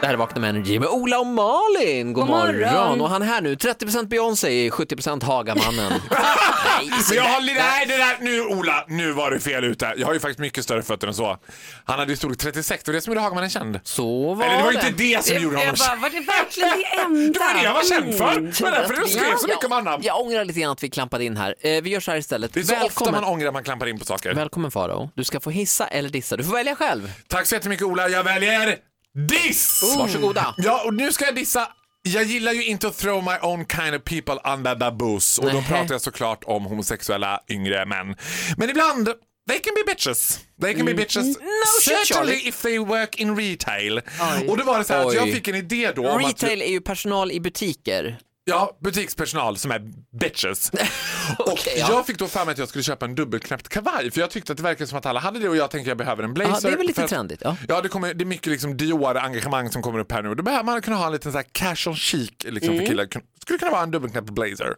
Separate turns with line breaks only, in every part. Det här är Vakna med Energy med Ola och Malin. God,
God morgon.
Och han är här nu, 30% Beyoncé, 70% Hagamannen.
Men jag har, li- nej, det där, nu Ola, nu var du fel ute. Jag har ju faktiskt mycket större fötter än så. Han hade ju storlek 36, det var det som gjorde Hagman en känd.
Så var
Eller det var ju
det. Eh,
inte det som gjorde honom
Jag bara, var det verkligen det enda?
Det var det jag var känd för.
Mm.
Det var därför du skrev så mycket om honom.
Jag, jag ångrar lite grann att vi klampade in här. Eh, vi gör så här istället.
Det är så ofta
Välkommen.
man ångrar att man klampar in på saker.
Välkommen Farao. Du ska få hissa eller dissa. Du får välja själv.
Tack så jättemycket Ola, jag väljer diss!
Varsågoda.
Ja, och nu ska jag dissa. Jag gillar ju inte att throw my own kind of people under the bus. Och då
Nähä.
pratar jag såklart om homosexuella yngre män. Men ibland, they can be bitches. They can be bitches.
shit, Mm.
certainly
Charlie.
if they work in retail. Och då var det så här att
Oj.
jag fick en idé då om att...
Retail är ju personal i butiker.
Ja, butikspersonal som är bitches. och
Okej, ja.
jag fick då för mig att jag skulle köpa en dubbelknäppt kavaj för jag tyckte att det verkade som att alla hade det och jag tänker jag behöver en blazer.
Ja, det är väl lite
för att-
trendigt. Ja.
Ja, det, kommer, det är mycket liksom Dior-engagemang som kommer upp här nu. Då behöver man kunna ha en liten så här casual chic liksom, för killar. Kun- skulle kunna vara en dubbelknäppt blazer.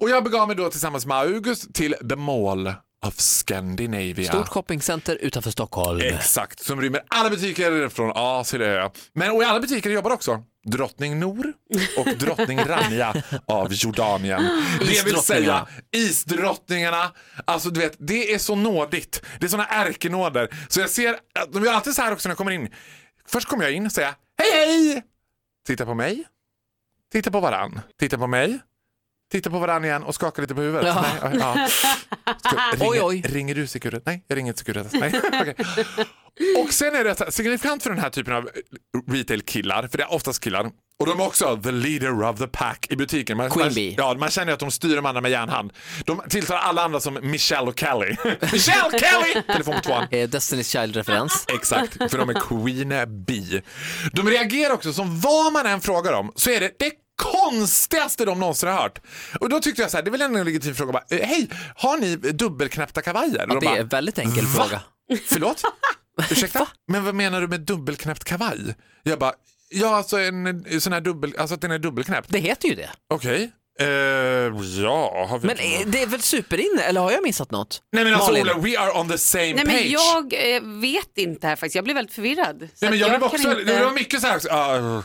Och jag begav mig då tillsammans med August till The Mall of Scandinavia.
Stort shoppingcenter utanför Stockholm.
Exakt, som rymmer alla butiker från A till Ö. Men och i alla butiker jobbar också drottning Nor och drottning Rania av Jordanien. Det vill säga
Isdrottningarna.
isdrottningarna. Alltså du vet, det är så nådigt. Det är såna ärkenåder. Så jag ser, att de gör alltid så här också när jag kommer in. Först kommer jag in och säger hej hej! Titta på mig. Titta på varann. Titta på mig. Titta på varann igen och skaka lite på huvudet.
Ja.
Nej, oj, ja. Ska- ringer,
Oj, oj.
ringer du Securitas? Nej, jag ringer inte Securitas. Nej. okej. Och sen är det så här, signifikant för den här typen av retail-killar, för det är oftast killar, och de är också the leader of the pack i butiken. Man,
Queen
man,
Bee.
ja, man känner ju att de styr de andra med järnhand. De tilltalar alla andra som Michelle och Kelly. Michelle Kelly! Telefon på tvåan.
Eh, Destiny's Child-referens.
Exakt, för de är Queen Bee. De reagerar också som vad man än frågar om så är det det konstigaste de någonsin har hört. Och då tyckte jag så här, det är väl ändå en legitim fråga. Bara, eh, Hej, har ni dubbelknäppta kavajer? Och de
Det är
bara,
en väldigt enkel
"Va?
fråga.
Förlåt? Ursäkta? Men vad menar du med dubbelknäppt kavaj? Jag bara, ja alltså en eh, sån här dubbel, alltså att den är dubbelknäppt.
Det heter ju det.
Okej. Eh, ja, har vi
Men eh, det är väl superinne, eller har jag missat något?
Nej men alltså
Malin.
Ola, we are on the same
Nej,
page.
men jag eh, vet inte här faktiskt. Jag blev väldigt förvirrad. Så
Nej, men
att
jag, blev
kan
också,
inte-
Det var mycket så här också. ah,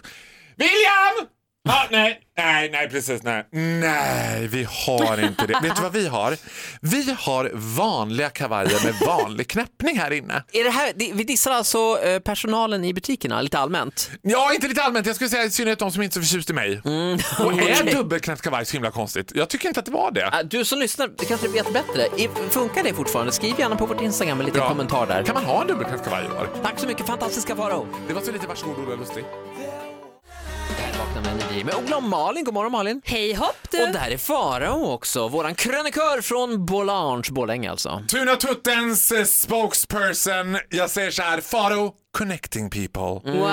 William! Ah, nej, nej, nej, precis, nej. Nej, vi har inte det. Vet du vad vi har? Vi har vanliga kavajer med vanlig knäppning här inne.
Är det här, det- vi dissar alltså eh, personalen i butikerna lite allmänt.
Ja, inte lite allmänt. Jag skulle säga i synnerhet de som inte är så förtjust i mig. Och är
Mm. okej.
dubbelknäppt kavaj så himla konstigt? Jag tycker inte att det var det.
Ah, Du som lyssnar du kanske vet bättre. I- Funkar det fortfarande? Skriv gärna på vårt Instagram med lite
Ja.
kommentar där.
Kan man ha en dubbelknäppt kavaj i år?
Tack så mycket fantastiska Farao.
Det var så lite varsågod Ola Lustig.
Vakna med energi med Ola och Malin. God morgon Malin.
Hej hopp
Och
du!
där är Farao också, våran krönikör från Bolange, Borlänge alltså.
Tuna Tuttens eh, spokesperson. Jag säger så här, Faro, connecting people.
Mm.
Wow!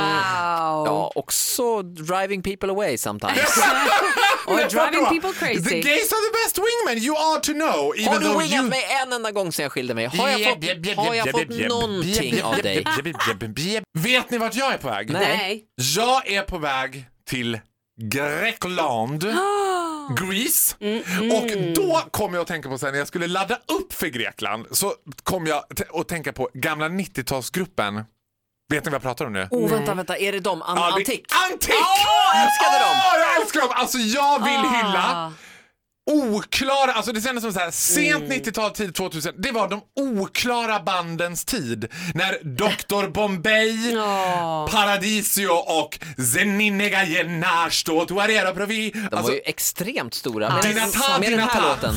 Ja, också driving people away sometimes.
Och driving
Vadå?
people
The
crazy.
gays are the best wingmen you are to know. Even
Har du
though
wingat
you...
mig en enda gång sedan jag skilde mig? Har jag
Bjeb, bjeb,
fått,
bjeb,
har jag
bjeb, bjeb,
fått
bjeb,
någonting
bjeb,
av
bjeb,
dig?
bjeb, bjeb, bjeb. Vet ni vart jag är på väg?
Nej.
Jag är på väg till Grekland.
Ah.
Greece.
Mm,
Och då kom jag att tänka på sen när jag skulle ladda upp för Grekland så kom jag t- att tänka på gamla 90-talsgruppen. Vet ni vad jag pratar om nu?
Oh, vänta, vänta, är det dem? An-
Ja, Ah, det-
Antik?
Antik!
Åh, jag älskade dem!
Åh, jag älskar dem! Alltså jag vill hylla
Ah.
oklara, alltså det kändes som så här, sent
Mm.
90-tal, tid 2000, det var de oklara bandens tid. När Dr. Bombay, Paradisio och Zeninega Genashto Tuarera Provi.
De
Alltså,
var ju extremt stora. Med,
Dinata,
med den här
Dinata.
låten.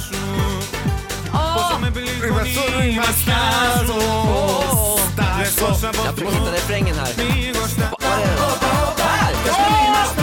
Jag försöker hitta refrängen här. Vad är det? Här! Jag skulle minnas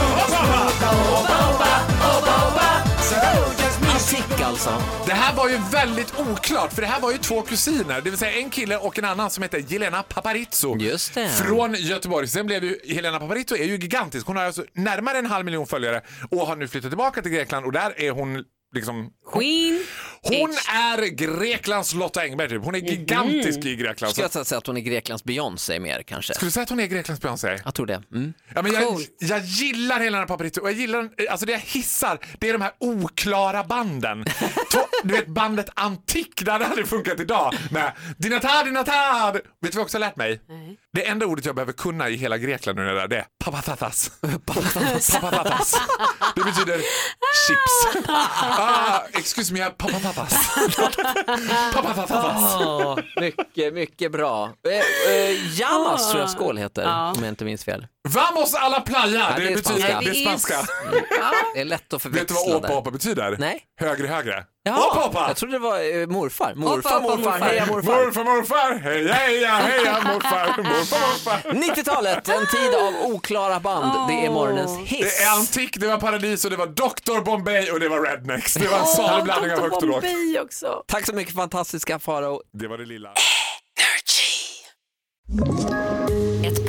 Antik alltså.
Det här var ju väldigt oklart för det här var ju två kusiner, det vill säga en kille och en annan som heter Jelena Paparizou.
Just det.
Från Göteborg. Sen blev ju Helena Paparizou är ju gigantisk. Hon har alltså närmare en halv miljon följare och har nu flyttat tillbaka till Grekland och där är hon liksom
Queen.
Hon är Greklands Lotta Engberg typ. Hon är gigantisk i Grekland.
Mhm. Ska
Så,
jag säga att hon är Greklands Beyoncé mer kanske?
skulle du säga att hon är Greklands Beyoncé?
Jag tror det. Mm.
Ja, men jag,
Coolt.
jag gillar hela den här paparitto och jag gillar, den- alltså det jag hissar, det är de här oklara banden. Två- du vet bandet Antik, där det hade funkat idag. Med dinatad, dinatad. Vet du vad jag också har lärt mig?
Nej.
Det enda ordet jag behöver kunna i hela Grekland nu när jag är där, det är papatatas. papatatas. Det betyder chips. ah, excuse me, papatatas. papatatas.
Ah, mycket, mycket bra. Eh, eh, Llamas tror jag skål heter,
Ja.
om jag inte minns fel.
Vamos a la playa.
det
Det
är
betyder,
spanska.
det är spanska.
Det är lätt att förväxla
Vet du vad
där.
åpa åpa betyder?
Nej.
Högre högre.
Ja,
Åpa åpa!
Jag trodde det var eh, morfar. Morfar,
Hoppa, hoppa,
morfar,
morfar.
heja morfar.
Morfar morfar, heja heja heja morfar, morfar morfar.
90-talet, en tid av oklara band. Det är morgonens
Det
hiss.
är antik, det var paradis och det var Dr Bombay och det var rednecks. Det var en salig blandning av högt och lågt.
Bombay också.
Tack så mycket fantastiska Farao.
Det var det lilla.
Ett